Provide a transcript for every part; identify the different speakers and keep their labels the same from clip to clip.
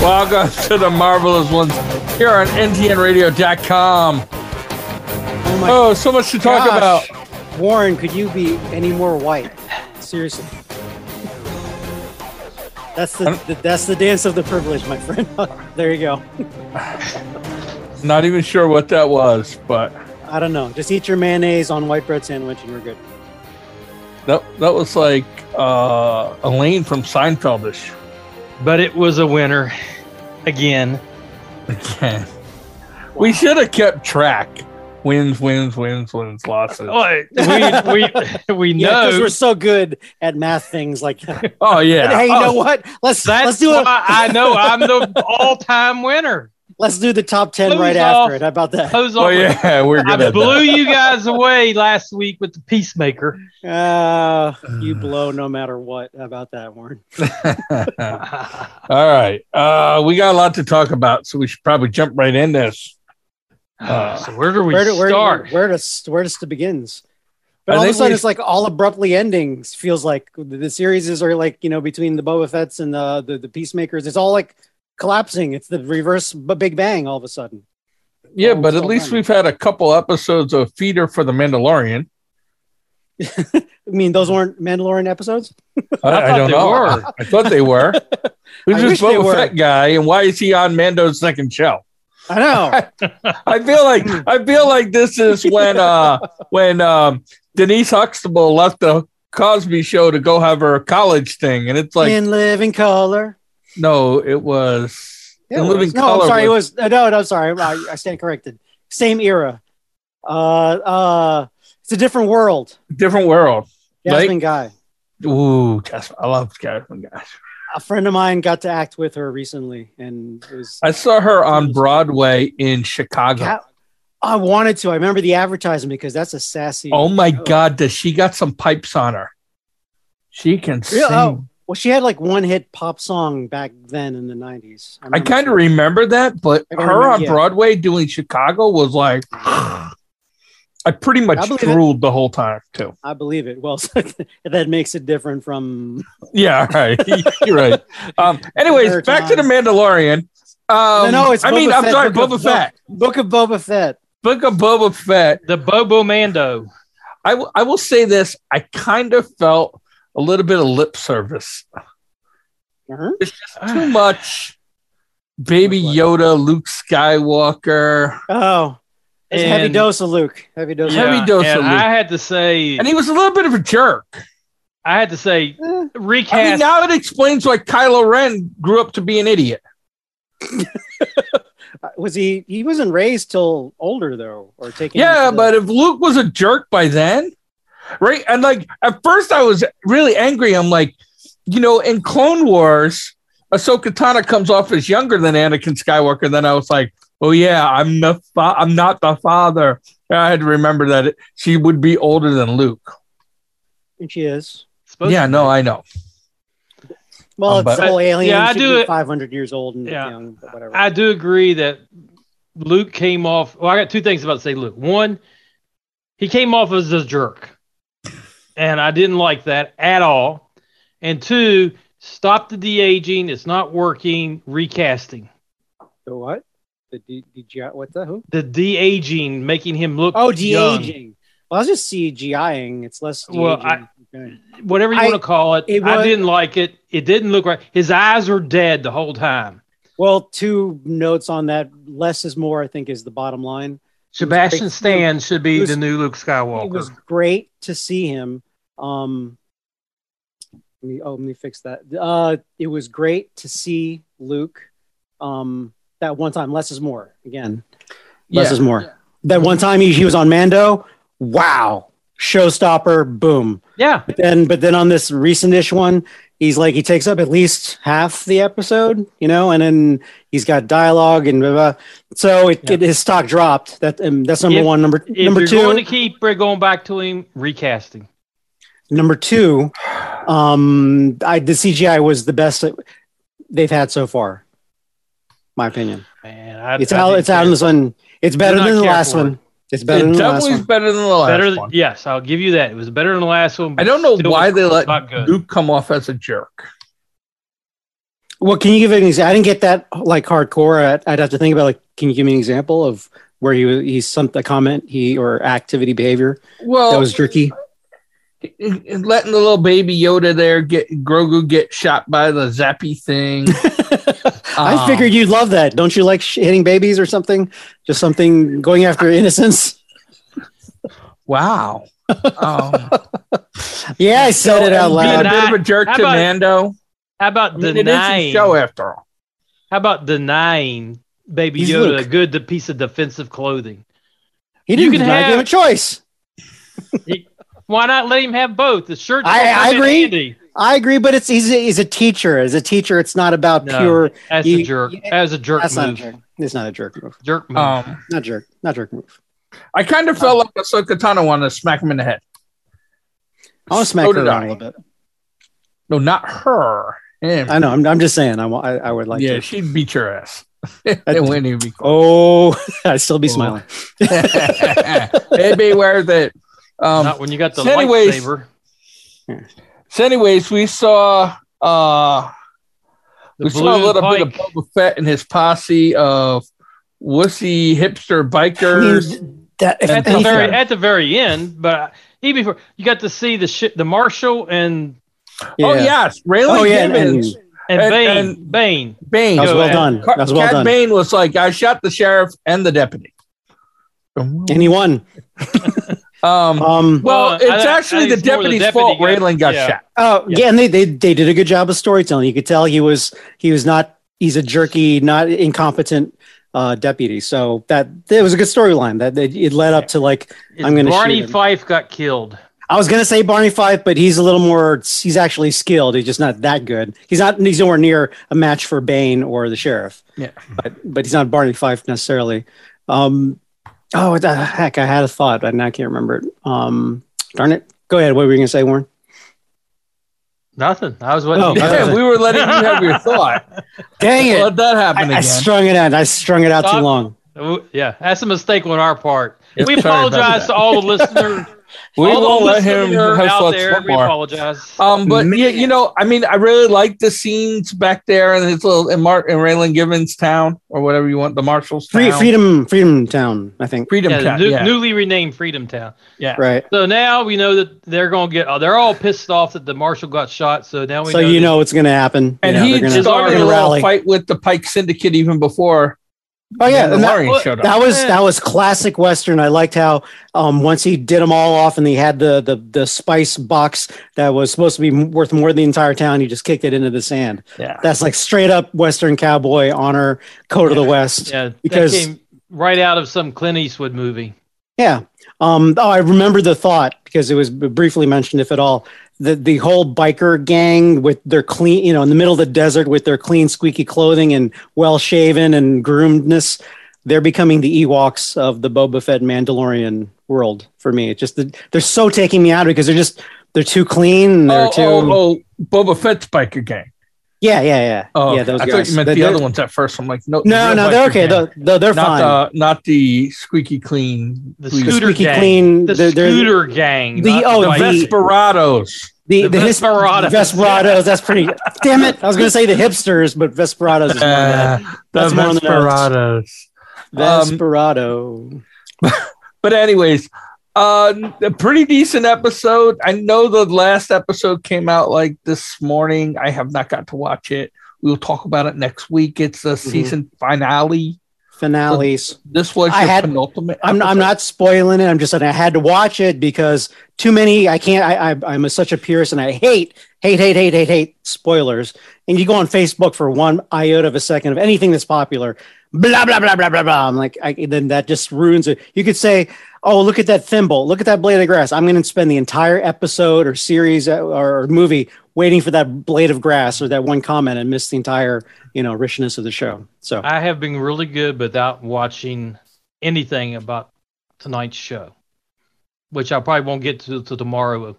Speaker 1: Welcome to the Marvelous Ones here on ntnradio.com.
Speaker 2: Oh my
Speaker 1: Oh, so much to talk
Speaker 2: gosh.
Speaker 1: about.
Speaker 2: Warren, could you be any more white? Seriously. That's the, the that's the dance of the privileged, my friend. there you go.
Speaker 1: Not even sure what that was, but
Speaker 2: I don't know. Just eat your mayonnaise on white bread sandwich and we're good.
Speaker 1: that that was like uh, Elaine from Seinfeldish.
Speaker 3: But it was a winner again.
Speaker 1: Again. We should have kept track. Wins, wins, wins, wins, losses.
Speaker 3: Oh, we, we, we
Speaker 2: Yeah,
Speaker 3: know
Speaker 2: because we're so good at math things like that.
Speaker 1: Oh yeah.
Speaker 2: hey, you
Speaker 3: Oh.
Speaker 2: know what? Let's
Speaker 3: that's
Speaker 2: let's do
Speaker 3: why
Speaker 2: it.
Speaker 3: I know I'm the all-time winner.
Speaker 2: Let's do the top ten right
Speaker 3: Lose
Speaker 2: after
Speaker 3: off.
Speaker 2: it. How about that?
Speaker 3: Those
Speaker 1: Oh
Speaker 3: all-
Speaker 1: yeah, we're good.
Speaker 3: I
Speaker 1: At that.
Speaker 3: blew you guys away last week with the peacemaker.
Speaker 2: Uh, you blow no matter what. How about that, Warren?
Speaker 1: All right. Uh, we got a lot to talk about, so we should probably jump right in this. Uh,
Speaker 3: so where do we
Speaker 2: where, do, where,
Speaker 3: start?
Speaker 2: where, where does where does it begins?
Speaker 1: I
Speaker 2: But all of a
Speaker 1: think
Speaker 2: sudden,
Speaker 1: we-
Speaker 2: it's like all abruptly endings. Feels like the the series is are like you know between the Boba Fett's and the, the the Peacemakers. It's all like collapsing. It's the reverse b- Big Bang all of a sudden.
Speaker 1: Yeah,
Speaker 2: Oh,
Speaker 1: but at
Speaker 2: so
Speaker 1: least
Speaker 2: funny.
Speaker 1: we've had a couple episodes of feeder for the Mandalorian.
Speaker 2: I mean,
Speaker 1: Mm-hmm.
Speaker 2: those weren't Mandalorian episodes.
Speaker 1: I,
Speaker 3: I
Speaker 1: I
Speaker 3: thought
Speaker 1: don't
Speaker 3: they
Speaker 1: know.
Speaker 3: were.
Speaker 1: I thought they were. Who's
Speaker 2: I
Speaker 1: this
Speaker 2: wish they
Speaker 1: Boba
Speaker 2: were.
Speaker 1: Fett guy, and why is he on Mando's second show?
Speaker 2: I know.
Speaker 1: I feel like I feel like this is when uh when um Denise Huxtable left the Cosby Show to go have her college thing, and it's like
Speaker 2: in Living Color.
Speaker 1: no, it was
Speaker 2: Yeah,
Speaker 1: In
Speaker 2: it
Speaker 1: Living
Speaker 2: was. no,
Speaker 1: Color
Speaker 2: I'm sorry.
Speaker 1: was-
Speaker 2: it was uh, no, no. I'm sorry. I, I stand corrected. Same era. Uh, uh, it's a different world.
Speaker 1: different world. Like-
Speaker 2: Jasmine Guy.
Speaker 1: Ooh, Jasmine, I love Jasmine guys.
Speaker 2: A friend of mine got to act with her recently, and it was
Speaker 1: I saw her on Broadway in Chicago.
Speaker 2: Ca- I wanted to. I remember the advertisement because that's a sassy.
Speaker 1: Oh my God, does she got some pipes on her? She can
Speaker 2: Yeah,
Speaker 1: sing.
Speaker 2: oh. Well, she had like one hit pop song back then in the nineties.
Speaker 1: I kind of remember that, but her
Speaker 2: I don't remember-
Speaker 1: on
Speaker 2: yeah.
Speaker 1: Broadway doing Chicago was like, I pretty
Speaker 2: I
Speaker 1: much
Speaker 2: believe it.
Speaker 1: drooled the whole time too.
Speaker 2: I believe it. Well, so that makes it different from.
Speaker 1: Yeah, right. You're right. Um, anyways,
Speaker 2: Other
Speaker 1: back to the
Speaker 2: times.
Speaker 1: Mandalorian. Um,
Speaker 2: No, no, it's
Speaker 1: I mean,
Speaker 2: Boba
Speaker 1: I'm
Speaker 2: Fett,
Speaker 1: sorry,
Speaker 2: Book
Speaker 1: Boba
Speaker 2: of-
Speaker 1: Fett.
Speaker 2: Book of Boba Fett.
Speaker 1: Book of Boba Fett.
Speaker 3: The Bobo Mando.
Speaker 1: I will- I will say this. I kind of felt a little bit of lip service.
Speaker 2: Uh-huh.
Speaker 1: Too much Baby Yoda, Luke Skywalker.
Speaker 2: Oh, it's a heavy
Speaker 3: And-
Speaker 2: dose of Luke. Heavy dose.
Speaker 1: Yeah.
Speaker 2: Of
Speaker 1: Heavy dose
Speaker 3: and
Speaker 1: of Luke.
Speaker 3: I had to say,
Speaker 1: And he was a little bit of a jerk.
Speaker 3: I had to say,
Speaker 2: Luke.
Speaker 1: I mean,
Speaker 3: recast.
Speaker 1: now it explains why Kylo Ren grew up to be an idiot.
Speaker 2: Eh, was he? He wasn't raised till older though, or taken.
Speaker 1: Yeah,
Speaker 2: into the-
Speaker 1: but if Luke was a jerk by then, right? And like at first, I was really angry. I'm like, you know, in Clone Wars, Ahsoka Tana comes off as younger than Anakin Skywalker. Then I was like, oh yeah, I'm the fa- I'm not the father. And I had to remember that it, she would be older than Luke.
Speaker 2: And she is.
Speaker 3: supposed
Speaker 1: yeah,
Speaker 3: to
Speaker 1: no,
Speaker 3: be.
Speaker 1: I know.
Speaker 2: Well,
Speaker 1: Um,
Speaker 2: it's
Speaker 1: but-
Speaker 2: the whole alien.
Speaker 3: Yeah, I do it-
Speaker 2: Five hundred years old and
Speaker 3: Yeah.
Speaker 2: young, but whatever.
Speaker 3: I do agree that Luke came off. Well, I got two things about to say, Luke. One, he came off as a jerk, and I didn't like that at all. And two, stop the de aging. It's not working. Recasting
Speaker 2: the what? The D, D, G, what the who?
Speaker 3: the de aging, making him look
Speaker 2: Oh, de
Speaker 3: young.
Speaker 2: aging. Well, I was just CGIing. It's less. de-aging.
Speaker 3: Well, I-
Speaker 2: Okay.
Speaker 3: whatever you
Speaker 2: I-
Speaker 3: want to call it.
Speaker 2: it
Speaker 3: I
Speaker 2: was-
Speaker 3: didn't like it. It didn't look right. His eyes were dead the whole time.
Speaker 2: well, two notes on that. Less is more. I think is the bottom line.
Speaker 3: Sebastian Stan should be
Speaker 2: He was-
Speaker 3: the new Luke
Speaker 2: It was
Speaker 3: Skywalker.
Speaker 2: great to see him. Um, let me, oh, let me fix that. Uh, it was great to see Luke. Um, that one time, less is more. Again, less
Speaker 1: Yeah.
Speaker 2: is more. That one time he, he was on Mando. Wow, showstopper! Boom.
Speaker 3: Yeah,
Speaker 2: But then, but then on this recent-ish one, he's like he takes up at least half the episode, you know, and then he's got dialogue and blah, blah. so it,
Speaker 3: Yeah.
Speaker 2: it his stock dropped. That um, that's number
Speaker 3: If-
Speaker 2: one. Number
Speaker 3: if
Speaker 2: number
Speaker 3: you're
Speaker 2: two.
Speaker 3: going to keep going back to him, recasting.
Speaker 2: number two. Um, I the CGI was the best that they've had so far. My opinion.
Speaker 3: Man, I,
Speaker 2: It's
Speaker 3: I
Speaker 2: out.
Speaker 3: didn't
Speaker 2: It's out
Speaker 3: care.
Speaker 2: in this one. It's better
Speaker 3: Did not
Speaker 2: than the
Speaker 3: care
Speaker 2: last
Speaker 3: for it.
Speaker 2: one. It's better than
Speaker 1: It
Speaker 2: the last
Speaker 1: definitely is
Speaker 2: one.
Speaker 1: better than the last
Speaker 3: Better, than,
Speaker 1: one.
Speaker 3: yes, I'll give you that. It was better than the last one.
Speaker 1: I
Speaker 3: but
Speaker 1: don't know
Speaker 3: still
Speaker 1: why they let
Speaker 3: not good.
Speaker 1: Luke come off as a jerk.
Speaker 2: Well, can you give an example? I didn't get that like hardcore. I'd, I'd have to think about like, can you give me an example of where he was- he sent a comment he or activity behavior
Speaker 1: Well,
Speaker 2: that was jerky?
Speaker 1: letting the little baby Yoda there get Grogu get shot by the zappy thing.
Speaker 2: I
Speaker 3: Oh.
Speaker 1: Um,
Speaker 2: figured you'd love that. Don't you like sh- hitting babies or something? Just something going after innocence.
Speaker 1: Wow. Um,
Speaker 2: Yeah, I said it out
Speaker 1: being
Speaker 2: loud.
Speaker 1: a bit of a jerk
Speaker 3: How
Speaker 1: to
Speaker 3: about-
Speaker 1: Mando.
Speaker 3: How about
Speaker 1: I mean, it is
Speaker 3: denying?
Speaker 1: a show after all.
Speaker 3: How about denying Baby
Speaker 2: He's
Speaker 3: Yoda
Speaker 2: Luke.
Speaker 3: a good de- piece of defensive clothing?
Speaker 2: He
Speaker 3: You
Speaker 2: didn't.
Speaker 3: can
Speaker 2: deny- I gave him a
Speaker 3: have-
Speaker 2: choice.
Speaker 3: Why not let him have both? The shirt.
Speaker 2: I- I agree. I agree, but it's he's a, he's a teacher. As a teacher, it's not about
Speaker 3: No,
Speaker 2: pure.
Speaker 3: As
Speaker 2: You-
Speaker 3: a jerk.
Speaker 2: you-
Speaker 3: As a jerk
Speaker 2: That's not a
Speaker 3: move.
Speaker 2: jerk. It's not a jerk move.
Speaker 3: jerk move.
Speaker 1: Um,
Speaker 2: Not jerk. Not jerk move.
Speaker 1: I kind of felt like Ahsoka Tano wanted to smack him in the head.
Speaker 2: I want to smack
Speaker 1: So
Speaker 2: her
Speaker 1: did
Speaker 2: around
Speaker 1: I.
Speaker 2: a little bit.
Speaker 1: No, not her. Him.
Speaker 2: I know. I'm, I'm just saying. I, wa- I, I would like
Speaker 1: yeah,
Speaker 2: to.
Speaker 1: she'd beat your ass. it wouldn't even be cool.
Speaker 2: Oh, I'd still be
Speaker 1: Oh.
Speaker 2: smiling.
Speaker 1: It'd be worth it. Um,
Speaker 3: not when you got the
Speaker 1: so anyways-
Speaker 3: lightsaber.
Speaker 1: So, anyways, we saw uh
Speaker 3: The
Speaker 1: we saw a
Speaker 3: blue
Speaker 1: little bit of
Speaker 3: pike.
Speaker 1: Boba Fett and his posse of wussy hipster bikers.
Speaker 2: That if
Speaker 3: at the
Speaker 1: anything.
Speaker 3: very at the very end, but I- even before you got to see the shit, the marshal and
Speaker 1: Oh yes, Raylan
Speaker 2: Oh, yeah, and-
Speaker 1: Givens,
Speaker 2: and-
Speaker 3: and,
Speaker 1: And-
Speaker 3: Bane,
Speaker 1: and-
Speaker 3: Bane.
Speaker 1: Bane.
Speaker 2: That was
Speaker 3: Go
Speaker 2: well
Speaker 3: ahead.
Speaker 2: done.
Speaker 1: Ca-
Speaker 2: That was well
Speaker 1: Cad
Speaker 2: done.
Speaker 1: Bane was like, I shot the sheriff and the deputy.
Speaker 2: And he won.
Speaker 1: Um, well,
Speaker 2: Um,
Speaker 3: Well, I
Speaker 1: it's
Speaker 3: think- I
Speaker 1: actually
Speaker 3: think
Speaker 1: the
Speaker 3: it's more the
Speaker 1: deputy's
Speaker 3: deputy
Speaker 1: fault.
Speaker 3: got-
Speaker 1: Raylan got
Speaker 3: yeah.
Speaker 1: shot.
Speaker 2: oh
Speaker 3: yeah.
Speaker 2: yeah, and they, they they did a good job of storytelling. You could tell he was he was not he's a jerky, not incompetent uh, deputy. So that it was a good storyline. That that it led up to like I'm gonna
Speaker 3: Barney
Speaker 2: shoot him.
Speaker 3: Fife got killed.
Speaker 2: I was gonna say Barney Fife, but he's a little more he's actually skilled. He's just not that good. He's not he's nowhere near a match for Bane or the sheriff.
Speaker 1: Yeah.
Speaker 2: but but he's not Barney Fife necessarily. Um, oh what the heck, I had a thought and I can't remember it. Um, darn it. Go ahead. What were you gonna say, Warren?
Speaker 3: Nothing. I was what
Speaker 2: Oh, I
Speaker 1: Yeah,
Speaker 2: was-
Speaker 1: we were letting you have your thought.
Speaker 2: Dang it!
Speaker 1: Let that happen
Speaker 2: I, I
Speaker 1: again.
Speaker 2: strung it out. I strung it out too
Speaker 3: Stop.
Speaker 2: long.
Speaker 3: yeah, that's a mistake on our part.
Speaker 1: Yeah,
Speaker 3: we
Speaker 1: sorry about
Speaker 3: apologize to
Speaker 1: that.
Speaker 3: all the listeners.
Speaker 1: we
Speaker 3: all the
Speaker 1: won't let him
Speaker 3: listeners
Speaker 1: have
Speaker 3: out
Speaker 1: thoughts
Speaker 3: there.
Speaker 1: no
Speaker 3: We
Speaker 1: more.
Speaker 3: apologize.
Speaker 2: Uh,
Speaker 1: Um, but
Speaker 2: Man.
Speaker 1: yeah, you know, I mean, I really like the scenes back there in his little in Mark in Raylan Givens town or whatever you want, the Marshall's
Speaker 2: Free,
Speaker 1: town.
Speaker 2: freedom, freedom town. I think.
Speaker 1: freedom
Speaker 3: yeah,
Speaker 1: town.
Speaker 3: new,
Speaker 1: yeah.
Speaker 3: newly renamed Freedom Town.
Speaker 1: yeah.
Speaker 2: Right.
Speaker 3: So now we know that they're gonna get. Oh, they're all pissed off that the marshal got shot. So now we
Speaker 2: So
Speaker 3: know.
Speaker 2: you
Speaker 3: that-
Speaker 2: know what's gonna happen.
Speaker 1: And
Speaker 2: you know,
Speaker 1: he
Speaker 2: they're gonna-
Speaker 1: started
Speaker 2: they're
Speaker 1: a
Speaker 2: gonna
Speaker 1: little fight with the Pike Syndicate even before
Speaker 2: Oh yeah,
Speaker 1: the
Speaker 2: and that-
Speaker 1: Mandalorian showed up.
Speaker 2: That was that was classic Western. I liked how um, once he did them all off, and he had the, the the spice box that was supposed to be m- worth more than the entire town. He just kicked it into the sand.
Speaker 1: yeah.
Speaker 2: That's like straight up Western cowboy honor, code of the West. Yeah.
Speaker 3: yeah,
Speaker 2: because-
Speaker 3: that came right out of some Clint Eastwood movie.
Speaker 2: Um, oh, I remember the thought because it was b- briefly mentioned, if at all. The the whole biker gang with their clean, you know, in the middle of the desert with their clean, squeaky clothing and well shaven and groomedness. They're becoming the Ewoks of the Boba Fett Mandalorian world for me. It just they're so taking me out because they're just they're too clean. And they're
Speaker 1: Oh,
Speaker 2: too
Speaker 1: oh, oh, Boba Fett's biker gang.
Speaker 2: yeah yeah yeah
Speaker 1: Oh,
Speaker 2: yeah. Those
Speaker 1: I thought
Speaker 2: guys.
Speaker 1: you meant
Speaker 2: They're-
Speaker 1: the
Speaker 2: they're-
Speaker 1: other ones at first. I'm like, no,
Speaker 2: No,
Speaker 1: the
Speaker 2: no,
Speaker 1: real
Speaker 2: they're
Speaker 1: biker
Speaker 2: okay.
Speaker 1: gang.
Speaker 2: They're, they're, they're fine.
Speaker 1: not the not the squeaky clean,
Speaker 3: The
Speaker 1: please.
Speaker 2: The
Speaker 3: scooter
Speaker 2: squeaky
Speaker 3: gang.
Speaker 2: clean.
Speaker 3: The
Speaker 2: they're- they're-
Speaker 3: scooter gang.
Speaker 2: the-
Speaker 3: not
Speaker 1: the
Speaker 2: oh, the-
Speaker 3: bike.
Speaker 1: Vesperados.
Speaker 2: The,
Speaker 3: The
Speaker 2: the his-
Speaker 3: Vesperados.
Speaker 2: Vesperados, That's pretty. Damn it! I was gonna say the hipsters, but Vesperados is more
Speaker 1: Uh, the
Speaker 2: than That's more than
Speaker 1: Vesperados.
Speaker 3: Uh,
Speaker 2: that.
Speaker 1: Um,
Speaker 2: Vesperado.
Speaker 1: but anyways uh a pretty decent episode i know the last episode came out like this morning i have not got to watch it we'll talk about it next week it's the
Speaker 2: Mm-hmm.
Speaker 1: season finale
Speaker 2: finales.
Speaker 1: this was
Speaker 2: I
Speaker 1: your
Speaker 2: had-
Speaker 1: penultimate
Speaker 2: I'm I'm
Speaker 1: episode.
Speaker 2: not spoiling it. I'm just saying I had to watch it because too many. I can't. I, I I'm a, such a purist, and I hate hate hate hate hate hate spoilers. And you go on Facebook for one iota of a second of anything that's popular. Blah blah blah blah blah blah. I'm like, I, then that just ruins it. You could say, "Oh, look at that thimble! Look at that blade of grass!" I'm going to spend the entire episode or series uh, or movie waiting for that blade of grass or that one comment and miss the entire you know richness of the show. So
Speaker 3: I have been really good without watching anything about tonight's show, which I probably won't get to, to tomorrow.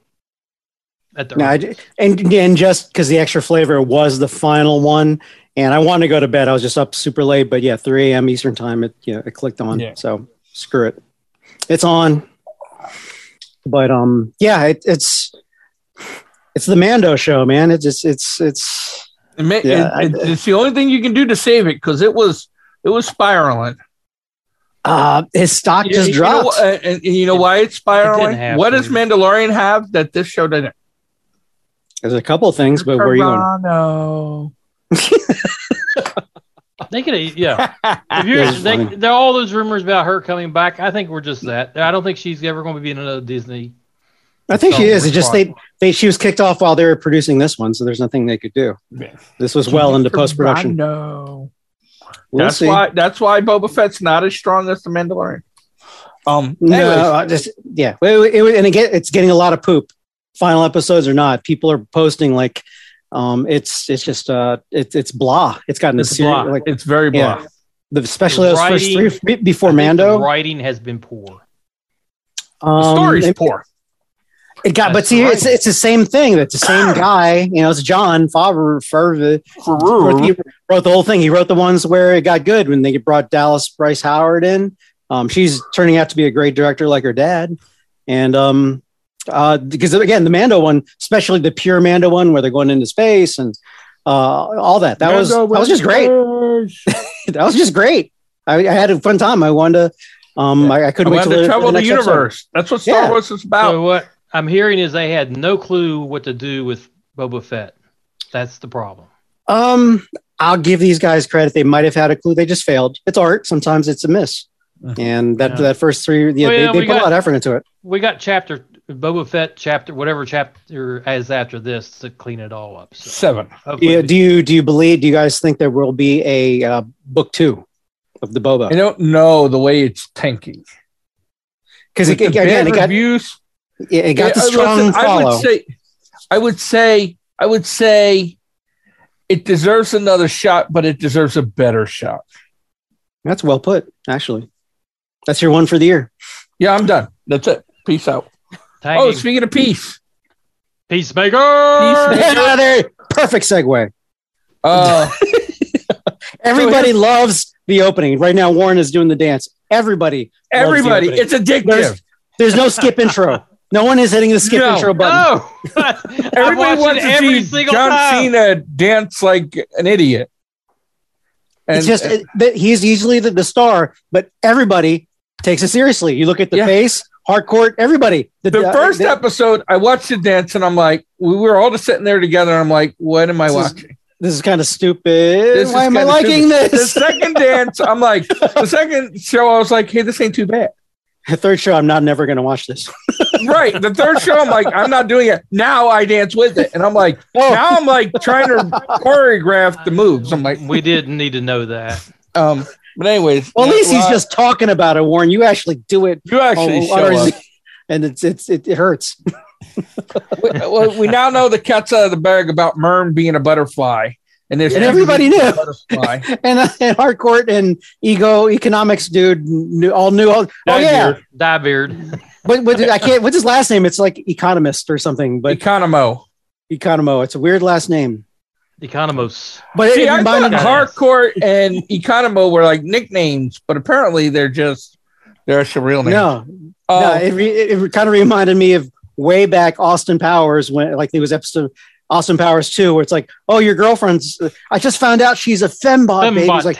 Speaker 3: At the
Speaker 2: No, I,
Speaker 3: earliest.
Speaker 2: and and just because the extra flavor was the final one, and I wanted to go to bed. I was just up super late, but yeah, 3 a.m. Eastern time. It you know, it clicked on.
Speaker 1: Yeah.
Speaker 2: So screw it, it's on. But um, yeah, it, it's it's the Mando show, man. It's it's it's it's
Speaker 1: It ma-
Speaker 4: Yeah, I-
Speaker 1: it- it- it's the only thing you can do to save it because it was it was spiraling.
Speaker 4: Uh, his stock
Speaker 1: You-
Speaker 4: just
Speaker 1: you know,
Speaker 4: dropped.
Speaker 1: wh- and, and you know why it's spiraling?
Speaker 3: have
Speaker 1: what
Speaker 3: to.
Speaker 1: does Mandalorian have that this show didn't?
Speaker 2: There's a couple of things, but where are you going?
Speaker 1: Toronto.
Speaker 3: They could, yeah. If you're,
Speaker 2: That's
Speaker 3: they,
Speaker 2: funny.
Speaker 3: there are all those rumors about her coming back. I think we're just that. I don't think she's ever going to be in another Disney.
Speaker 2: I think she
Speaker 3: film
Speaker 2: is. It just they,
Speaker 3: responsible.
Speaker 2: they she was kicked off while they were producing this one, so there's nothing they could do.
Speaker 1: Yeah.
Speaker 2: This was well into post production.
Speaker 1: Toronto.
Speaker 2: We'll
Speaker 1: that's
Speaker 2: see.
Speaker 1: why. That's why Boba Fett's not as strong as the Mandalorian. Um.
Speaker 2: No,
Speaker 1: anyways,
Speaker 2: I just yeah. Wait, wait, it, was- and again, it's getting a lot of poop. Final episodes or not, people are posting like, um, it's it's just uh, it's it's blah. It's gotten
Speaker 3: It's
Speaker 2: a seri-
Speaker 3: blah.
Speaker 2: like
Speaker 1: it's very
Speaker 2: Yeah.
Speaker 1: blah.
Speaker 2: the especially those first
Speaker 3: Writing-
Speaker 2: three be-
Speaker 3: I
Speaker 2: before
Speaker 3: think
Speaker 2: Mando.
Speaker 3: the writing has been poor.
Speaker 1: The
Speaker 2: um,
Speaker 1: story's
Speaker 2: it-
Speaker 1: poor.
Speaker 2: It got, but
Speaker 3: That's
Speaker 2: see,
Speaker 3: right.
Speaker 2: it's it's the same thing. That's the same guy. You know, it's John Favreau. Favreau wrote, he wrote the whole thing. He wrote the ones where it got good when they brought Dallas Bryce Howard in. Um, she's turning out to be a great director, like her dad. And um, uh, because again, the Mando one, especially the pure Mando one, where they're going into space and uh, all that. That was that was just great. That was just great. I, I had a fun time. I wanted to. Um, I, I couldn't
Speaker 1: Around
Speaker 2: wait till
Speaker 1: the
Speaker 2: the,
Speaker 1: travel
Speaker 2: the
Speaker 1: the
Speaker 2: next episode.
Speaker 1: universe. That's what Star
Speaker 2: Yeah.
Speaker 1: Wars is about.
Speaker 3: So what I'm hearing is they had no clue what to do with Boba Fett. That's the problem.
Speaker 2: Um, I'll give these guys credit. They might have had a clue. They just failed. It's art. Sometimes it's a miss.
Speaker 1: Uh-huh.
Speaker 2: And that
Speaker 3: Yeah.
Speaker 2: that first three, yeah,
Speaker 3: Well,
Speaker 2: they,
Speaker 3: Oh, yeah,
Speaker 2: they
Speaker 3: we
Speaker 2: put
Speaker 3: got-
Speaker 2: a lot of effort into it.
Speaker 3: We got chapter Boba Fett chapter whatever chapter is after this to clean it all up. So
Speaker 1: Seven.
Speaker 3: hopefully-
Speaker 2: Yeah, do you do you believe? Do you guys think there will be a uh, book two of the
Speaker 1: I
Speaker 2: Boba?
Speaker 1: don't know the way it's tanking.
Speaker 2: Because it,
Speaker 1: With the
Speaker 2: again, it
Speaker 1: bad
Speaker 2: got
Speaker 1: reviews.
Speaker 2: yeah, it got the
Speaker 1: Yeah, listen,
Speaker 2: strong
Speaker 1: I would
Speaker 2: follow.
Speaker 1: say, I would say, I would say, it deserves another shot, but it deserves a better shot.
Speaker 2: That's well put, actually. That's your one for the year.
Speaker 1: Yeah, I'm done. That's it. Peace out.
Speaker 3: Thank
Speaker 1: oh,
Speaker 3: you.
Speaker 1: speaking of peace,
Speaker 3: Peacemaker.
Speaker 2: Another perfect segue.
Speaker 1: uh,
Speaker 2: Everybody loves the opening right now. Warren is doing the dance. Everybody,
Speaker 1: everybody,
Speaker 2: opening.
Speaker 1: it's addictive.
Speaker 2: There's- there's no skip intro. No one is hitting the skip
Speaker 1: No.
Speaker 2: intro button.
Speaker 3: No,
Speaker 1: Everybody
Speaker 3: everybody
Speaker 1: wants to
Speaker 3: every
Speaker 1: see
Speaker 3: single
Speaker 1: John
Speaker 3: time.
Speaker 1: Cena dance like an idiot. And uh,
Speaker 2: it's just it, that he's easily the, the star, but everybody takes it seriously. You look at the
Speaker 1: Yeah.
Speaker 2: face, hardcore, everybody.
Speaker 1: the
Speaker 2: uh,
Speaker 1: first
Speaker 2: the-
Speaker 1: episode, I watched the dance, and I'm like, we were all just sitting there together. And I'm like, what am I
Speaker 2: This is-
Speaker 1: watching?
Speaker 2: This is kind of stupid.
Speaker 1: This is
Speaker 2: Why am I
Speaker 1: kinda
Speaker 2: liking
Speaker 1: stupid.
Speaker 2: this?
Speaker 1: The second dance, I'm like, the second show, I was like, hey, this ain't too bad.
Speaker 2: The third show, I'm not never going to watch this.
Speaker 1: Right. The third show, I'm like, I'm not doing it. Now I dance with it. And I'm like,
Speaker 2: Oh.
Speaker 1: now I'm like trying to choreograph the moves. I'm like,
Speaker 3: we didn't need to know that.
Speaker 1: um, but anyways.
Speaker 2: Well, at
Speaker 1: yeah,
Speaker 2: least he's
Speaker 1: well,
Speaker 2: just talking about it, Warren. You actually do it,
Speaker 1: You actually
Speaker 2: Oh,
Speaker 1: show
Speaker 2: others-
Speaker 1: up.
Speaker 2: and it's it's it, it hurts.
Speaker 1: We, well, we now know the cat's out of the bag about Mern being a butterfly. And there's
Speaker 2: And everybody knew.
Speaker 1: a butterfly.
Speaker 2: And uh, and hardcore and ego economics dude knew, all knew. All, oh yeah,
Speaker 1: Dagger.
Speaker 3: Diebeard.
Speaker 2: what, what, I can't. What's his last name? It's like economist or something, but
Speaker 1: Economo.
Speaker 2: economo. It's a weird last name.
Speaker 3: Economos.
Speaker 2: But it,
Speaker 1: See,
Speaker 2: it
Speaker 1: I
Speaker 2: reminded
Speaker 1: thought
Speaker 2: me-
Speaker 1: hardcore and Economo were like nicknames, but apparently they're just they're actually real names.
Speaker 2: No,
Speaker 1: Oh,
Speaker 2: no, it, re- it, kind of reminded me of way back Austin Powers when, like, there was episode Austin Powers two where it's like, oh, your girlfriend's. I just found out she's a fembot, baby. He's
Speaker 3: Fembot.
Speaker 2: Oh, like,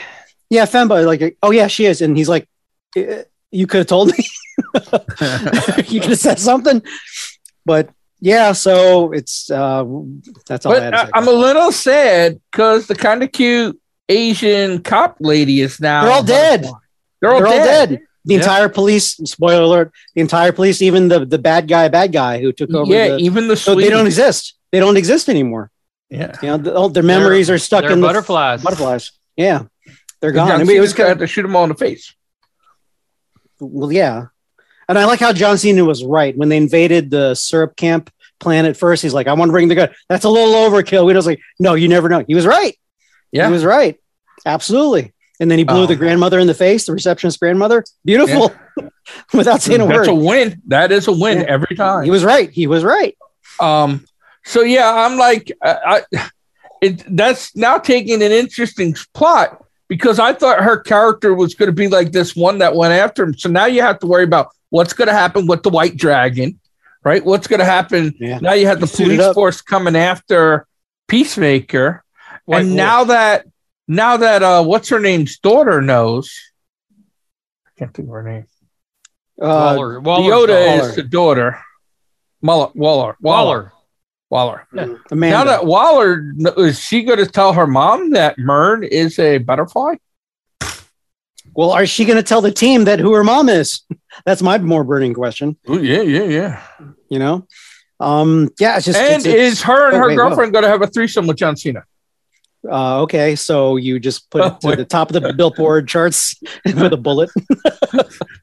Speaker 2: yeah, fembot. Like, oh yeah, she is, and he's like, "Eh, you could have told me. you could have said something, but yeah. So it's uh, that's all. I
Speaker 1: But
Speaker 2: had to
Speaker 1: I,
Speaker 2: say.
Speaker 1: I'm a little sad because the kind of cute Asian cop lady is now.
Speaker 2: They're all dead.
Speaker 1: They're all dead.
Speaker 2: The
Speaker 3: Yeah.
Speaker 2: entire police. Spoiler alert. The entire police, even the the bad guy, bad guy who took over.
Speaker 1: Yeah,
Speaker 2: the-
Speaker 1: even the
Speaker 2: So
Speaker 1: sweet.
Speaker 2: they don't exist. They don't exist anymore.
Speaker 1: yeah.
Speaker 2: You know, the, all their memories are stuck
Speaker 3: They're
Speaker 2: in the
Speaker 3: butterflies.
Speaker 2: butterflies. Yeah, they're
Speaker 1: John
Speaker 2: gone. I mean, it was
Speaker 1: Cena
Speaker 2: kind
Speaker 1: had to shoot them all in the face.
Speaker 2: well, yeah. And I like how John Cena was right when they invaded the syrup camp plan at first. He's like, "I want to bring the gun. That's a little overkill." Widow's like, "No, you never know." He was right.
Speaker 1: Yeah.
Speaker 2: he was right. Absolutely. And then he blew
Speaker 1: Oh.
Speaker 2: the grandmother in the face, the receptionist grandmother. Beautiful, without saying a
Speaker 1: That's
Speaker 2: word.
Speaker 1: a win. That is a win
Speaker 2: Yeah.
Speaker 1: every time.
Speaker 2: he was right. He was right.
Speaker 1: Um, so yeah, I'm like, I, I, it that's now taking an interesting plot because I thought her character was going to be like this one that went after him. So now you have to worry about what's going to happen with the white dragon, right? What's going to happen
Speaker 2: Yeah.
Speaker 1: now? You have the
Speaker 2: Suited
Speaker 1: police
Speaker 2: up.
Speaker 1: force coming after Peacemaker,
Speaker 3: White
Speaker 1: and
Speaker 3: Wolf.
Speaker 1: now that now that uh what's her name's daughter knows. I can't think of her name.
Speaker 2: Uh,
Speaker 3: Waller, Waller,
Speaker 1: Yoda
Speaker 3: Waller.
Speaker 1: is the daughter. Muller, Waller. Waller.
Speaker 3: Waller.
Speaker 1: Waller.
Speaker 2: Amanda.
Speaker 1: Now that Waller is she gonna tell her mom that Mern is a butterfly?
Speaker 2: well, are she going to tell the team that who her mom is? That's my more burning question.
Speaker 1: Oh yeah, yeah, yeah.
Speaker 2: You know, um, yeah, it's just
Speaker 1: And
Speaker 2: it's, it's-
Speaker 1: is her and
Speaker 2: oh,
Speaker 1: her
Speaker 2: wait, whoa.
Speaker 1: girlfriend gonna have a threesome with John Cena?
Speaker 2: uh, okay. So you just put it
Speaker 1: Oh,
Speaker 2: to the top of the billboard charts with a bullet.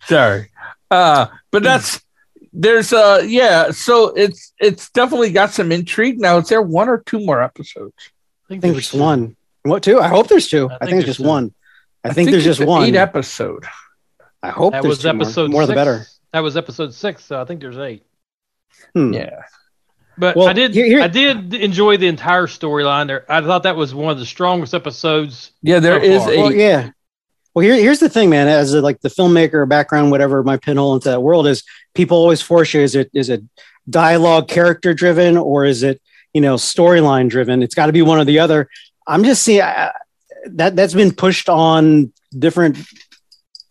Speaker 1: Sorry. Uh, but that's there's uh yeah, so it's it's definitely got some intrigue now. Is there one or two more episodes?
Speaker 2: I think there's one. What two? I hope there's two. I think, there's just
Speaker 3: two.
Speaker 2: one. I, think, there's
Speaker 1: it's
Speaker 2: just
Speaker 1: an
Speaker 2: one.
Speaker 1: eight episode.
Speaker 2: I hope
Speaker 3: That
Speaker 2: there's
Speaker 3: was
Speaker 2: two more.
Speaker 3: episode
Speaker 2: More,
Speaker 3: six.
Speaker 2: the better.
Speaker 3: That was episode six, so I think there's eight.
Speaker 2: Hmm.
Speaker 1: Yeah.
Speaker 3: But
Speaker 2: Well,
Speaker 3: I did
Speaker 2: here- here-
Speaker 3: I did enjoy the entire storyline there. I thought that was one of the strongest episodes.
Speaker 1: Yeah, there
Speaker 3: So
Speaker 1: is
Speaker 3: far.
Speaker 1: eight.
Speaker 2: Well, yeah. Well, here, here's the thing, man. As a, like the filmmaker background, whatever my pinhole into that world is, people always force you. Is it is it dialogue character driven or is it you know storyline driven? It's got to be one or the other. I'm just seeing I, that that's been pushed on different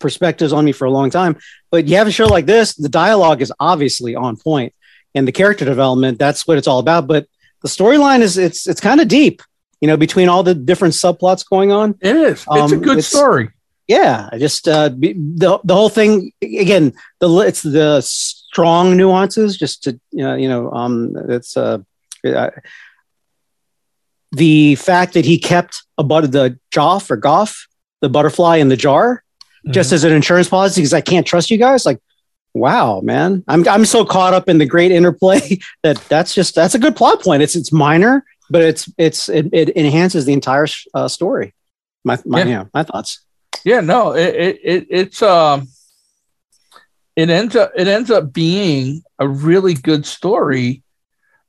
Speaker 2: perspectives on me for a long time. But you have a show like this, the dialogue is obviously on point, and the character development that's what it's all about. But the storyline is it's it's kind of deep, you know, between all the different subplots going on.
Speaker 1: It is. it's a
Speaker 2: Um,
Speaker 1: good
Speaker 2: it's-
Speaker 1: story.
Speaker 2: Yeah, I just uh, be- the the whole thing again. The li- it's the strong nuances. Just to you know, you know, um, it's uh, I- the fact that he kept a but the Joff or Goff, the butterfly in the jar,
Speaker 3: Mm-hmm.
Speaker 2: just as an insurance policy because I can't trust you guys. Like, wow, man, I'm I'm so caught up in the great interplay that that's just that's a good plot point. It's it's minor, but it's it's it, it enhances the entire uh, story. My my
Speaker 1: Yeah.
Speaker 2: yeah, my thoughts.
Speaker 1: yeah, no, it, it, it it's um it ends up it ends up being a really good story.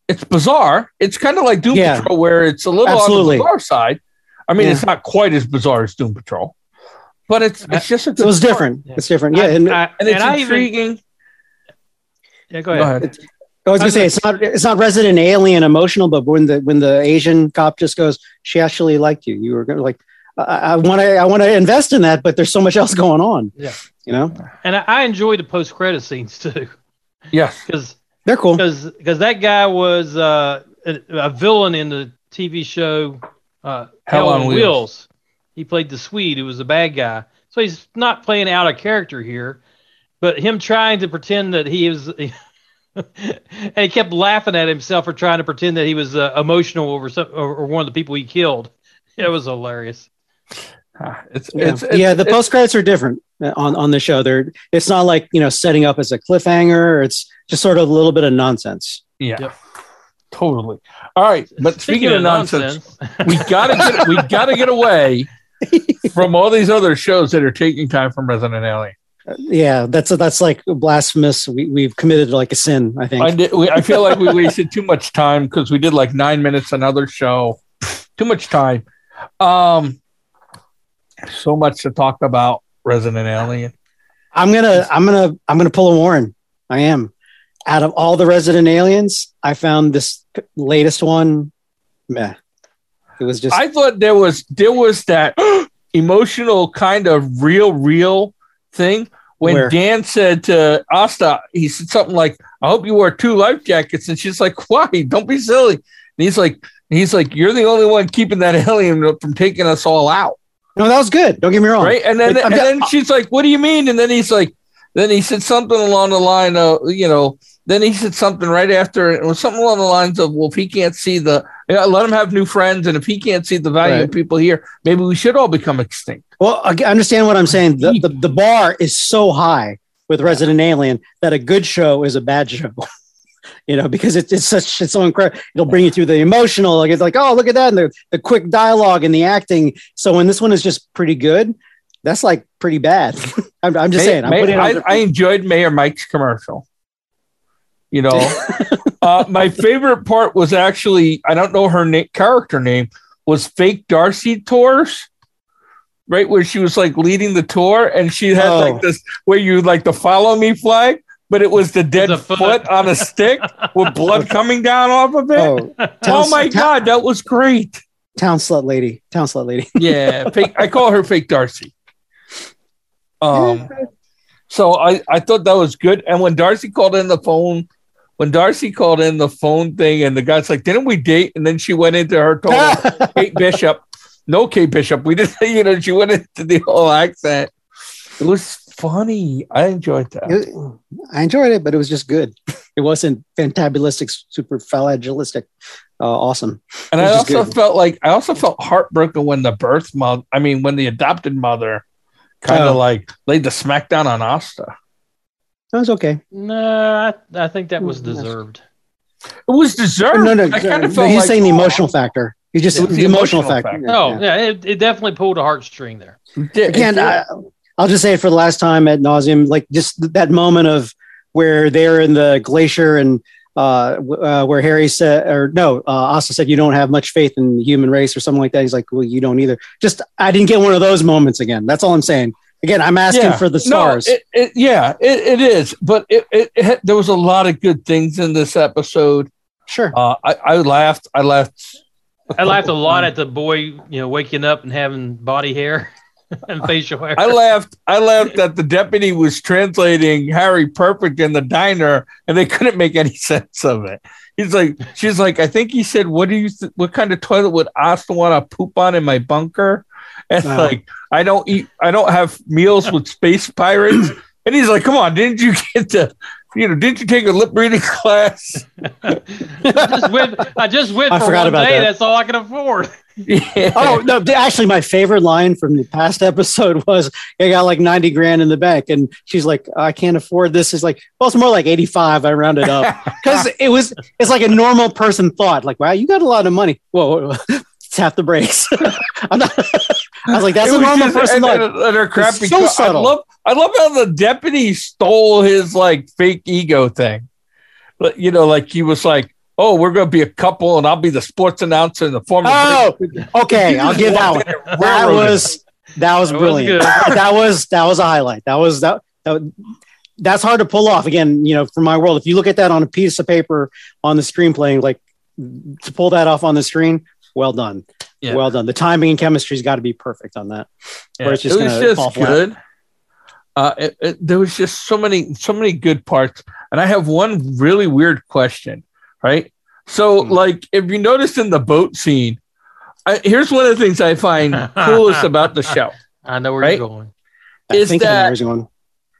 Speaker 1: It's bizarre. It's kind of like Doom
Speaker 2: Yeah.
Speaker 1: Patrol, where it's a little
Speaker 2: Absolutely.
Speaker 1: on the bizarre side. I mean,
Speaker 2: Yeah. Uh,
Speaker 1: it's not quite as bizarre as Doom Patrol, but it's it's just a good
Speaker 2: So it's
Speaker 1: story.
Speaker 2: different.
Speaker 3: Yeah.
Speaker 2: It's different. Yeah,
Speaker 3: I-
Speaker 2: and
Speaker 3: I-
Speaker 1: and it's
Speaker 3: and I even
Speaker 1: intriguing.
Speaker 3: yeah, go
Speaker 1: Go
Speaker 3: ahead.
Speaker 1: ahead.
Speaker 2: I was gonna say it's not it's not resident alien emotional, but when the when the Asian cop just goes, she actually liked you. You were gonna like, I want to I want to invest in that, but there's so much else going on.
Speaker 3: Yeah.
Speaker 2: you know,
Speaker 3: And I, I enjoyed the post credit scenes too,
Speaker 1: Yes.
Speaker 3: because
Speaker 2: they're cool.
Speaker 3: because that guy was uh, a, a villain in the TV show uh, Hell, on Wheels. He played the Swede, who was a bad guy. So he's not playing out of character here, but him trying to pretend that he is. and he kept laughing at himself for trying to pretend that he was uh, emotional over some or, or one of the people he killed. It was hilarious.
Speaker 1: Ah, It's,
Speaker 2: Yeah,
Speaker 1: it's, it's
Speaker 2: yeah the
Speaker 1: it's-
Speaker 2: post credits are different uh, on on the show. They're it's not like you know setting up as a cliffhanger. It's just sort of a little bit of nonsense.
Speaker 1: yeah.
Speaker 3: Yep.
Speaker 1: Totally. All right. But speaking, of nonsense, we gotta get we gotta get away from all these other shows that are taking time from Resident Alien.
Speaker 2: Uh, Yeah, that's that's like blasphemous. We we've committed like a sin. I think.
Speaker 1: I did, we, I feel like we wasted too much time because we did like nine minutes another show. Too much time. Um, so much to talk about Resident Alien.
Speaker 2: I'm gonna I'm gonna I'm gonna pull a Warren. I am. Out of all the Resident Aliens, I found this p- latest one. Meh. It was just
Speaker 1: I thought there was there was that emotional kind of real real thing when
Speaker 2: Where?
Speaker 1: Dan said to Asta, he said something like, "I hope you wear two life jackets," and she's like, "Why? Don't be silly." And he's like, "He's like, you're the only one keeping that alien from taking us all out."
Speaker 2: no, that was good. Don't get me wrong.
Speaker 1: right? And then
Speaker 2: Like, I'm
Speaker 1: and
Speaker 2: de-
Speaker 1: then she's like, "What do you mean?" And then he's like, then he said something along the line of, you know, then he said something right after it was something along the lines of, "Well, if he can't see the, yeah, let him have new friends, and if he can't see the value of
Speaker 2: Right.
Speaker 1: people here, maybe we should all become extinct."
Speaker 2: Well, I understand what I'm saying. The, the the bar is so high with Resident Alien that a good show is a bad show. you know, because it's it's such it's so incredible. It'll bring you through the emotional. Like it's like, oh, look at that, and the the quick dialogue and the acting. So when this one is just pretty good, that's like pretty bad. I'm, I'm just
Speaker 1: May-
Speaker 2: saying. I'm
Speaker 1: May-
Speaker 2: putting it on
Speaker 1: I,
Speaker 2: the-
Speaker 1: I enjoyed Mayor Mike's commercial. You know, uh, my favorite part was actually I don't know her na- character name was fake Darcy tours, right where she was like leading the tour and she had
Speaker 2: Oh.
Speaker 1: like this where you like the follow me flag, but it was the dead
Speaker 3: a
Speaker 1: foot.
Speaker 3: foot.
Speaker 1: on a stick with blood coming down off of it.
Speaker 2: Oh,
Speaker 1: Oh,
Speaker 2: tell us-
Speaker 1: my
Speaker 2: tell-
Speaker 1: god, that was great!
Speaker 2: town slut lady, town slut lady.
Speaker 1: yeah, fake, I call her fake Darcy. Um, so I, I thought that was good. And when Darcy called in the phone, when Darcy called in the phone thing, and the guy's like, "Didn't we date?" And then she went into her total Kate Bishop. No, Kate Bishop. We didn't. You know, she went into the whole accent. It was funny. I enjoyed that.
Speaker 2: It- I enjoyed it, but it was just good. It wasn't fantabulistic, super fragilistic. Uh, awesome.
Speaker 1: And I
Speaker 2: Which is
Speaker 1: also
Speaker 2: good.
Speaker 1: felt like I also felt heartbroken when the birth mother, I mean, when the adopted mother kind of
Speaker 2: Oh.
Speaker 1: like laid the smackdown on Asta.
Speaker 2: That was okay.
Speaker 3: No, I, I think that was
Speaker 2: Mm, yes.
Speaker 3: deserved.
Speaker 1: It was deserved.
Speaker 2: no, no,
Speaker 1: I kind of
Speaker 2: no,
Speaker 1: felt
Speaker 2: he's
Speaker 1: like,
Speaker 2: saying the emotional factor. He's just
Speaker 1: It was
Speaker 2: the,
Speaker 1: the
Speaker 2: emotional,
Speaker 1: emotional
Speaker 2: factor.
Speaker 1: factor. Oh.
Speaker 3: No, Oh, yeah, it, it definitely pulled a heartstring there.
Speaker 1: Yeah, it
Speaker 2: again,
Speaker 1: did.
Speaker 2: I, I'll just say it for the last time at nauseum. Like just th- that moment of where they're in the glacier and uh, w- uh, where Harry said, or no, uh, Austin said, you don't have much faith in the human race or something like that. He's like, well, you don't either. Just I didn't get one of those moments again. That's all I'm saying. Again, I'm asking
Speaker 1: Yeah.
Speaker 2: for the stars.
Speaker 1: No, it, it, yeah, it, it is. But it, it, it- there was a lot of good things in this episode.
Speaker 2: sure.
Speaker 1: Uh, I, I laughed. I laughed.
Speaker 3: I laughed a lot at the boy, you know, waking up and having body hair and facial hair.
Speaker 1: I laughed. I laughed that the deputy was translating Harry Perfect in the diner, and they couldn't make any sense of it. He's like, she's like, I think he said, "What do you? Th- what kind of toilet would Asta want to poop on in my bunker?" And
Speaker 2: Wow.
Speaker 1: like, I don't eat. I don't have meals with space pirates. And he's like, "Come on, didn't you get to? You know, didn't you take a lip reading class?"
Speaker 3: I just went, I just went
Speaker 2: I
Speaker 3: for
Speaker 2: forgot
Speaker 3: one
Speaker 2: about
Speaker 3: day.
Speaker 2: that.
Speaker 3: That's all I can afford.
Speaker 1: Yeah.
Speaker 2: Oh no! th- Actually, my favorite line from the past episode was, "I got like ninety grand in the bank," and she's like, "I can't afford this." It's like, well, it's more like eighty-five. I rounded up because it was. It's like a normal person thought, like, "Wow, you got a lot of money." Whoa, whoa, whoa. tap the brakes. I'm not, I was like, "That's
Speaker 1: It
Speaker 2: a
Speaker 1: was
Speaker 2: normal
Speaker 1: just-
Speaker 2: person
Speaker 1: and-
Speaker 2: thought."
Speaker 1: and- and her crappy
Speaker 2: so
Speaker 1: co-
Speaker 2: subtle.
Speaker 1: I love, I love how the deputy stole his like fake ego thing. Like, You know, like he was like, "Oh, we're going to be a couple, and I'll be the sports announcer in the form of."
Speaker 2: Oh, okay, I'll give that one. That was that was
Speaker 3: That was
Speaker 2: brilliant.
Speaker 3: good.
Speaker 2: that was that was a highlight. That was that, that that's hard to pull off. Again, you know, for my world, if you look at that on a piece of paper on the screenplay, like to pull that off on the screen, well done.
Speaker 1: Yeah.
Speaker 2: Well done. The timing and chemistry's got to be perfect on that. Where it's just
Speaker 1: it was
Speaker 2: gonna fall
Speaker 1: just
Speaker 2: flat.
Speaker 1: good. Uh, it- it- there was just so many, so many good parts, and I have one really weird question. Right, so
Speaker 3: Hmm.
Speaker 1: like if you notice in the boat scene, I, here's one of the things I find coolest about the show.
Speaker 3: I know where
Speaker 1: Right?
Speaker 3: you're going.
Speaker 2: I
Speaker 1: Is
Speaker 2: think I know
Speaker 1: that-
Speaker 2: where he's going.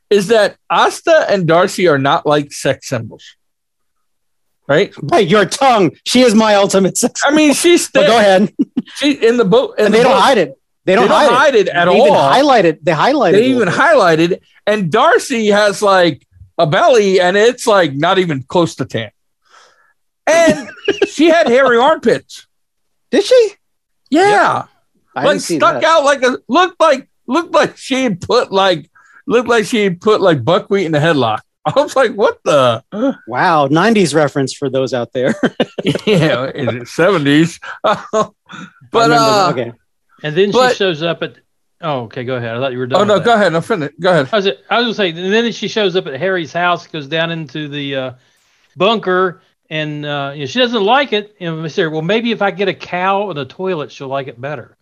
Speaker 1: is that Asta and Darcy are not like sex symbols, right?
Speaker 2: Hey, your tongue. She is my ultimate sex.
Speaker 1: I mean, she's
Speaker 2: But go
Speaker 1: there.
Speaker 2: ahead.
Speaker 1: She, in the boat, in
Speaker 2: And
Speaker 1: the
Speaker 2: they don't
Speaker 1: boat.
Speaker 2: hide it. They don't, hide, it.
Speaker 1: at
Speaker 2: they even
Speaker 1: all.
Speaker 2: highlight it. They highlight it.
Speaker 1: they
Speaker 2: a little
Speaker 1: even
Speaker 2: bit.
Speaker 1: highlighted, it. and Darcy has like a belly, and it's like not even close to tan. And she had hairy armpits.
Speaker 2: Did she?
Speaker 1: Yeah,
Speaker 2: I
Speaker 1: like
Speaker 2: didn't see
Speaker 1: stuck
Speaker 2: that.
Speaker 1: out like a looked like looked like she had put like looked like she had put like buckwheat in a headlock. I was like, what the.
Speaker 2: Wow, 90s reference for those out there.
Speaker 1: yeah, in the seventies. but uh,
Speaker 2: okay.
Speaker 3: And then
Speaker 1: But-
Speaker 3: she shows up at. Oh, okay. Go ahead. I thought you were done.
Speaker 1: oh no,
Speaker 3: with
Speaker 1: go
Speaker 3: that.
Speaker 1: ahead. I'm finished. Go ahead.
Speaker 3: I was, I was gonna say, and then she shows up at Harry's house, goes down into the uh, bunker, and uh, you know, she doesn't like it. And we say, well, maybe if I get a cow in a toilet, she'll like it better.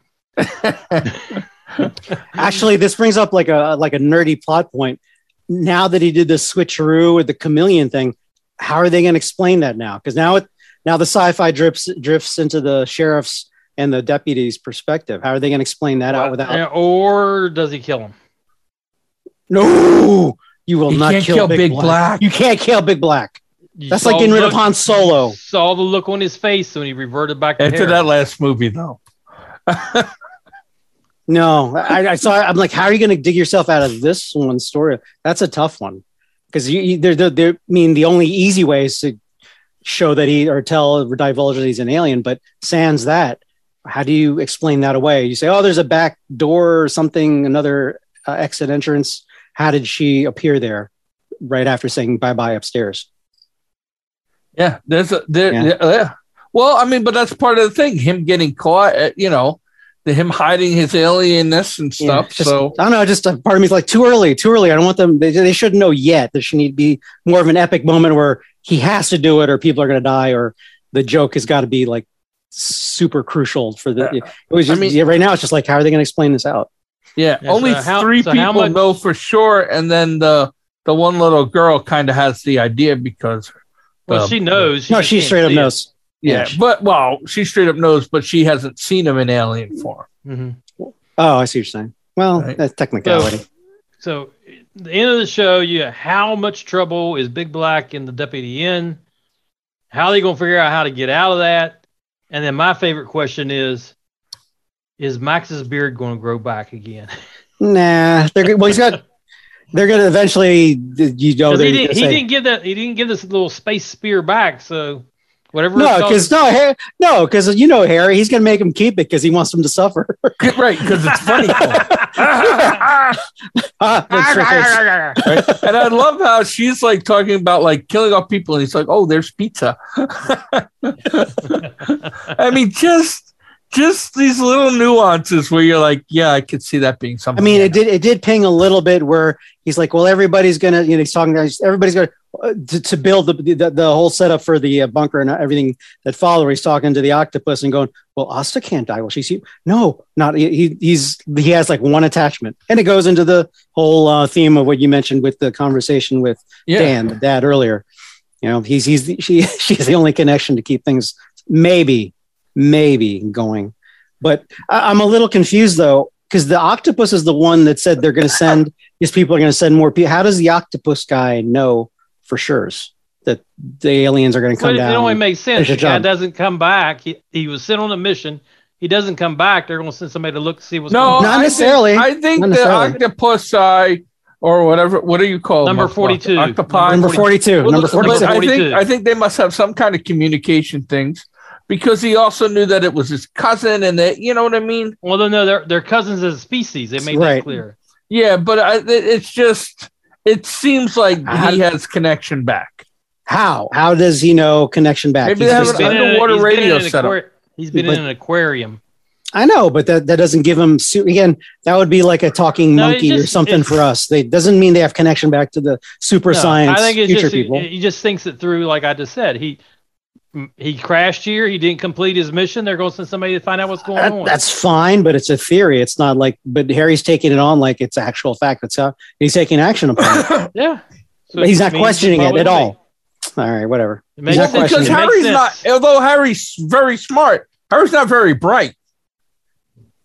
Speaker 2: Actually, this brings up like a like a nerdy plot point. Now that he did the switcheroo with the chameleon thing, how are they going to explain that now? Because now it now the sci-fi drips drifts into the sheriff's and the deputy's perspective. How are they going to explain that out without?
Speaker 3: Yeah, Uh, or does he kill him?
Speaker 2: No, you will
Speaker 1: You
Speaker 2: not
Speaker 1: can't
Speaker 2: kill, Big, Black. You can't kill Big Black.
Speaker 3: You
Speaker 2: That's
Speaker 3: saw
Speaker 2: like getting rid
Speaker 3: the
Speaker 2: of Han Solo.
Speaker 3: Saw the look on his face when he reverted back to
Speaker 1: After
Speaker 3: Harry.
Speaker 1: that last movie, though,
Speaker 2: No, I, I saw. I'm like, how are you going to dig yourself out of this one story? That's a tough one because you, you there, there, there. I mean, the only easy way is to show that he or tell or divulge that he's an alien. But sans that, how do you explain that away? You say, oh, there's a back door or something, another uh, exit entrance. How did she appear there? Right after saying bye bye upstairs.
Speaker 1: yeah, there's a there.
Speaker 2: Yeah.
Speaker 1: Yeah. Well, I mean, but that's part of the thing. Him getting caught, uh, you know, the, him hiding his alienness and
Speaker 2: Yeah,
Speaker 1: stuff.
Speaker 2: it's just-
Speaker 1: so
Speaker 2: I don't know. Just a part of me is like too early, too early. I don't want them. They, they shouldn't know yet. There should need to be more of an epic moment where he has to do it, or people are going to die, or the joke has got to be like super crucial for the.
Speaker 1: Yeah.
Speaker 2: It was just,
Speaker 1: I mean-
Speaker 2: yeah, right now it's just like how are they going to explain this out?
Speaker 1: Yeah,
Speaker 3: Yeah,
Speaker 1: only
Speaker 3: so how-
Speaker 1: three
Speaker 3: so how
Speaker 1: people
Speaker 3: much-
Speaker 1: know for sure, and then the the one little girl kind of has the idea because
Speaker 3: Well,
Speaker 1: Um,
Speaker 3: she knows.
Speaker 2: no,
Speaker 3: just
Speaker 2: she
Speaker 3: can't
Speaker 2: straight up
Speaker 3: see it.
Speaker 2: knows.
Speaker 1: yeah, but well, she straight up knows, but she hasn't seen him in alien form.
Speaker 3: Mhm.
Speaker 2: Oh, I see what you're saying. Well,
Speaker 1: Right.
Speaker 2: that's technicality.
Speaker 3: So, at the end of the show, you how much trouble is Big Black and the deputy in? How are they going to figure out how to get out of that? And then my favorite question is, is Max's beard going to grow back again?
Speaker 2: Nah, they're good. Well, he's got. They're going to eventually. You know,
Speaker 3: 'Cause
Speaker 2: they're
Speaker 3: he
Speaker 2: gonna
Speaker 3: didn't. He
Speaker 2: say-
Speaker 3: didn't give that. He didn't give this little space spear back. So, whatever.
Speaker 2: No,
Speaker 3: it's called-
Speaker 2: because no, Harry, no, because you know Harry, he's gonna make him keep it because he wants him to suffer.
Speaker 1: right, because it's funny.
Speaker 2: Ah, that's right.
Speaker 1: Right? And I love how she's like talking about like killing off people, and he's like, "Oh, there's pizza." I mean, just just these little nuances where you're like, "Yeah, I could see that being
Speaker 2: I
Speaker 1: something."
Speaker 2: mean, it did it did ping a little bit where he's like, well, everybody's gonna, you know, he's talking to everybody's gonna uh, to, to build the, the the whole setup for the uh, bunker and everything that follow. He's talking to the octopus and going, well, Asta can't die. Well, she's you. No, not he. He's he has like one attachment, and it goes into the whole uh, theme of what you mentioned with the conversation with
Speaker 1: yeah.
Speaker 2: Dan, the dad earlier. You know, he's he's the, she she's the only connection to keep things maybe maybe going. But I, I'm a little confused though because the octopus is the one that said they're going to send these people are going to send more people. How does the octopus guy know for sure that the aliens are going to come
Speaker 3: But it, it only
Speaker 2: down?
Speaker 3: makes sense.
Speaker 2: There's your
Speaker 3: The guy
Speaker 2: job.
Speaker 3: doesn't come back. He, he was sent on a mission. He doesn't come back. They're going to send somebody to look see what's
Speaker 1: No,
Speaker 3: going on.
Speaker 1: I
Speaker 2: Not
Speaker 1: think-
Speaker 2: necessarily.
Speaker 1: I think
Speaker 2: Not
Speaker 1: the
Speaker 2: necessarily.
Speaker 1: octopus eye or whatever. What do you call
Speaker 3: Number
Speaker 1: them?
Speaker 3: 42.
Speaker 1: Octopi.
Speaker 2: number forty two.
Speaker 1: Well,
Speaker 2: number
Speaker 1: look,
Speaker 2: forty
Speaker 1: but
Speaker 2: two.
Speaker 1: I
Speaker 3: 42.
Speaker 1: think I think they must have some kind of communication things because he also knew that it was his cousin and that you know what I mean.
Speaker 3: Well, no, no, they're, they're cousins as a species. They made that
Speaker 2: Right.
Speaker 3: clear.
Speaker 1: Yeah, but I, it- it's just it seems like
Speaker 2: I-
Speaker 1: he has connection back.
Speaker 2: How how does he know connection back?
Speaker 1: Maybe
Speaker 2: He's
Speaker 1: they have
Speaker 2: just-
Speaker 1: an- underwater
Speaker 3: he's
Speaker 1: radio
Speaker 3: in an
Speaker 1: setup.
Speaker 3: aquari- He's been
Speaker 2: But-
Speaker 3: in an aquarium.
Speaker 2: I know, but that, that doesn't give them su- again. That would be like a talking
Speaker 3: No,
Speaker 2: monkey
Speaker 3: it's
Speaker 2: or
Speaker 3: just-
Speaker 2: something
Speaker 3: it's-
Speaker 2: for us. They doesn't mean they have connection back to the super
Speaker 3: No,
Speaker 2: science
Speaker 3: I think it's
Speaker 2: future
Speaker 3: just,
Speaker 2: people.
Speaker 3: He, he just thinks it through, like I just said. He he crashed here. He didn't complete his mission. They're going to send somebody to find out what's going
Speaker 2: That-
Speaker 3: on.
Speaker 2: that's fine, but it's a theory. It's not like, but Harry's taking it on like it's actual fact. That's how he's taking action upon it.
Speaker 3: yeah. So
Speaker 2: But he's
Speaker 3: it
Speaker 2: not
Speaker 3: means
Speaker 2: questioning it
Speaker 3: probably
Speaker 2: at all. All right, whatever.
Speaker 3: It makes
Speaker 2: Well,
Speaker 3: sense.
Speaker 1: because
Speaker 3: It makes
Speaker 1: Harry's
Speaker 3: sense.
Speaker 1: not, although Harry's very smart, Harry's not very bright.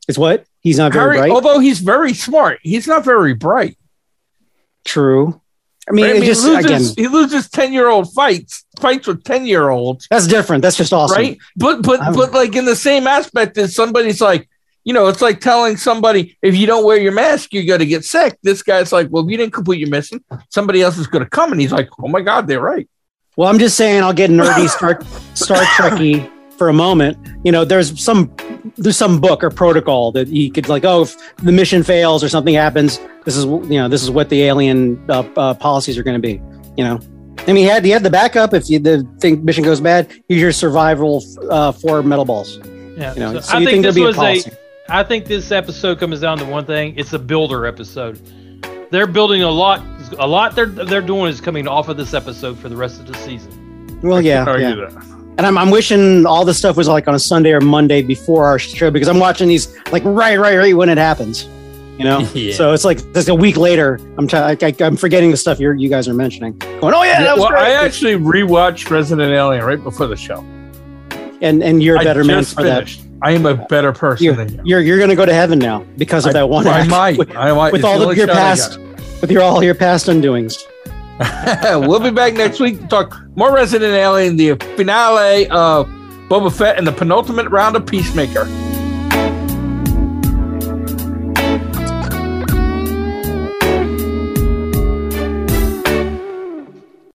Speaker 2: It's what he's not
Speaker 1: Harry,
Speaker 2: very bright.
Speaker 1: although he's very smart, he's not very bright.
Speaker 2: True. I mean,
Speaker 1: Right? I
Speaker 2: it
Speaker 1: mean,
Speaker 2: just
Speaker 1: he loses,
Speaker 2: again,
Speaker 1: he loses ten-year-old fights, fights with ten-year-olds,
Speaker 2: that's different. That's just awesome.
Speaker 1: right? But but
Speaker 2: I'm-
Speaker 1: but like in the same aspect, is somebody's like, you know, it's like telling somebody if you don't wear your mask, you're going to get sick. This guy's like, well, if you didn't complete your mission, somebody else is going to come, and he's like, oh my god, they're right.
Speaker 2: Well, I'm just saying I'll get nerdy Star Star Trekky for a moment. You know, there's some there's some book or protocol that you could like, oh, if the mission fails or something happens, this is you know this is what the alien uh, uh, policies are going to be. You know, I mean, you had you had the backup if you, the thing mission goes bad, use your survival uh, four metal balls.
Speaker 3: Yeah.
Speaker 2: You know,
Speaker 3: So
Speaker 2: so
Speaker 3: I
Speaker 2: you
Speaker 3: think
Speaker 2: think there'd
Speaker 3: this
Speaker 2: be a
Speaker 3: was a
Speaker 2: policy.
Speaker 3: I think this episode comes down to one thing: it's a builder episode. They're building a lot. A lot they're they're doing is coming off of this episode for the rest of the season.
Speaker 2: well, Oh, yeah,
Speaker 1: Argue
Speaker 2: yeah.
Speaker 1: that.
Speaker 2: And I'm, I'm wishing all this stuff was like on a Sunday or Monday before our show because I'm watching these like right, right, right when it happens. You know,
Speaker 1: Yeah.
Speaker 2: so it's like just a week later. I'm trying. I, I'm forgetting the stuff you're, you guys are mentioning. Going, oh yeah, that was
Speaker 1: well,
Speaker 2: great.
Speaker 1: I actually rewatched Resident Alien right before the show.
Speaker 2: and and you're a
Speaker 1: I
Speaker 2: better man
Speaker 1: just
Speaker 2: for
Speaker 1: finished. I am a better person
Speaker 2: You're-
Speaker 1: than you.
Speaker 2: that. You're you're gonna go to heaven now because of
Speaker 1: I-
Speaker 2: that one.
Speaker 1: I
Speaker 2: act
Speaker 1: might.
Speaker 2: with,
Speaker 1: I might.
Speaker 2: with
Speaker 1: It's
Speaker 2: all
Speaker 1: the
Speaker 2: of
Speaker 1: only
Speaker 2: your
Speaker 1: shot I
Speaker 2: past, with your all your past undoings.
Speaker 1: got. we'll be back next week to talk more Resident Alien, the finale of Boba Fett, and the penultimate round of Peacemaker.